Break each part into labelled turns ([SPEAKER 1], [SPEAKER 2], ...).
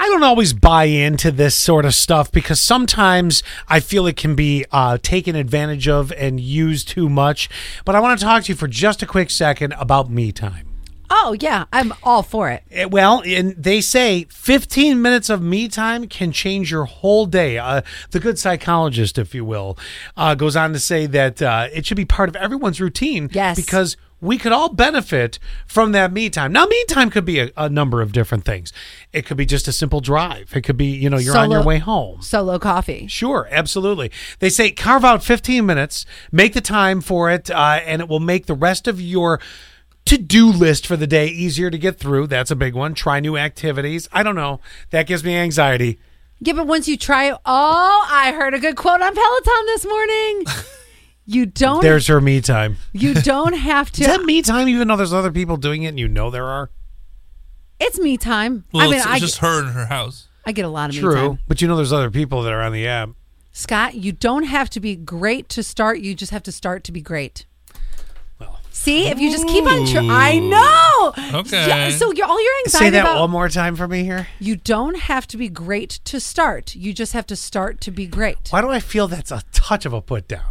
[SPEAKER 1] don't always buy into this sort of stuff because sometimes I feel it can be uh, taken advantage of and used too much. But I want to talk to you for just a quick second about me time.
[SPEAKER 2] Oh yeah, I'm all for it.
[SPEAKER 1] Eh, Well, and they say 15 minutes of me time can change your whole day. Uh, the good psychologist, if you will, uh, goes on to say that uh, it should be part of everyone's routine.
[SPEAKER 2] Yes.
[SPEAKER 1] Because we could all benefit from that me time. Now, me time could be a, a number of different things. It could be just a simple drive. It could be, you know, you're on your
[SPEAKER 2] Solo-
[SPEAKER 1] way home.
[SPEAKER 2] Solo coffee.
[SPEAKER 1] Sure, absolutely. They say carve out 15 minutes, make the time for it, uh, and it will make the rest of your to do list for the day easier to get through. That's a big one. Try new activities. I don't know. That gives me anxiety.
[SPEAKER 2] Yeah, but once you try it, oh, I heard a good quote on Peloton this morning. You don't.
[SPEAKER 1] There's her me time.
[SPEAKER 2] you don't have to.
[SPEAKER 1] Is that me time even though there's other people doing it and you know there are?
[SPEAKER 2] it's me time.
[SPEAKER 3] Well,
[SPEAKER 2] I mean,
[SPEAKER 3] it's,
[SPEAKER 2] I,
[SPEAKER 3] it's just her in her house.
[SPEAKER 2] I get a lot of me
[SPEAKER 1] True,
[SPEAKER 2] time.
[SPEAKER 1] but you know there's other people that are on the app.
[SPEAKER 2] Scott, you don't have to be great to start. You just have to start to be great.
[SPEAKER 1] Well.
[SPEAKER 2] See, if you just keep on, tr- I know.
[SPEAKER 3] Okay.
[SPEAKER 2] Yeah, so you're, all your anxiety
[SPEAKER 1] Say that
[SPEAKER 2] about
[SPEAKER 1] one more time for me here.
[SPEAKER 2] you don't have to be great to start. You just have to start to be great.
[SPEAKER 1] Why do I feel that's a touch of a put down?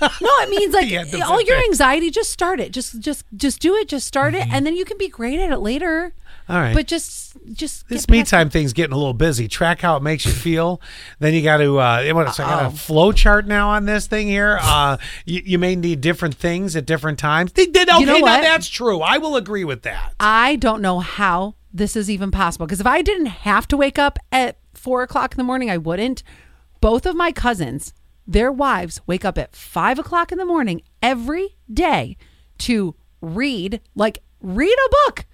[SPEAKER 2] No, it means like
[SPEAKER 1] Yeah, the-
[SPEAKER 2] all your anxiety. Just start it. Just, just, just do it. Just start
[SPEAKER 1] Mm-hmm.
[SPEAKER 2] it, and then you can be great at it later.
[SPEAKER 1] All right.
[SPEAKER 2] But just, just
[SPEAKER 1] This
[SPEAKER 2] get
[SPEAKER 1] me
[SPEAKER 2] past-
[SPEAKER 1] time thing's getting a little busy. Track how it makes you feel. Then you got to. Uh, what, so I got a flow chart now on this thing here. Uh, you, you may need different things at different times. They did okay.
[SPEAKER 2] know
[SPEAKER 1] now
[SPEAKER 2] what?
[SPEAKER 1] that's true. I will agree with that.
[SPEAKER 2] I don't know how this is even possible because if I didn't have to wake up at four o'clock in the morning, I wouldn't. Both of my cousins, their wives, wake up at five o'clock in the morning every day to read, like read a book,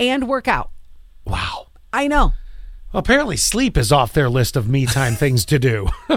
[SPEAKER 2] and work out.
[SPEAKER 1] Wow.
[SPEAKER 2] I know.
[SPEAKER 1] Apparently, sleep is off their list of me time things to do.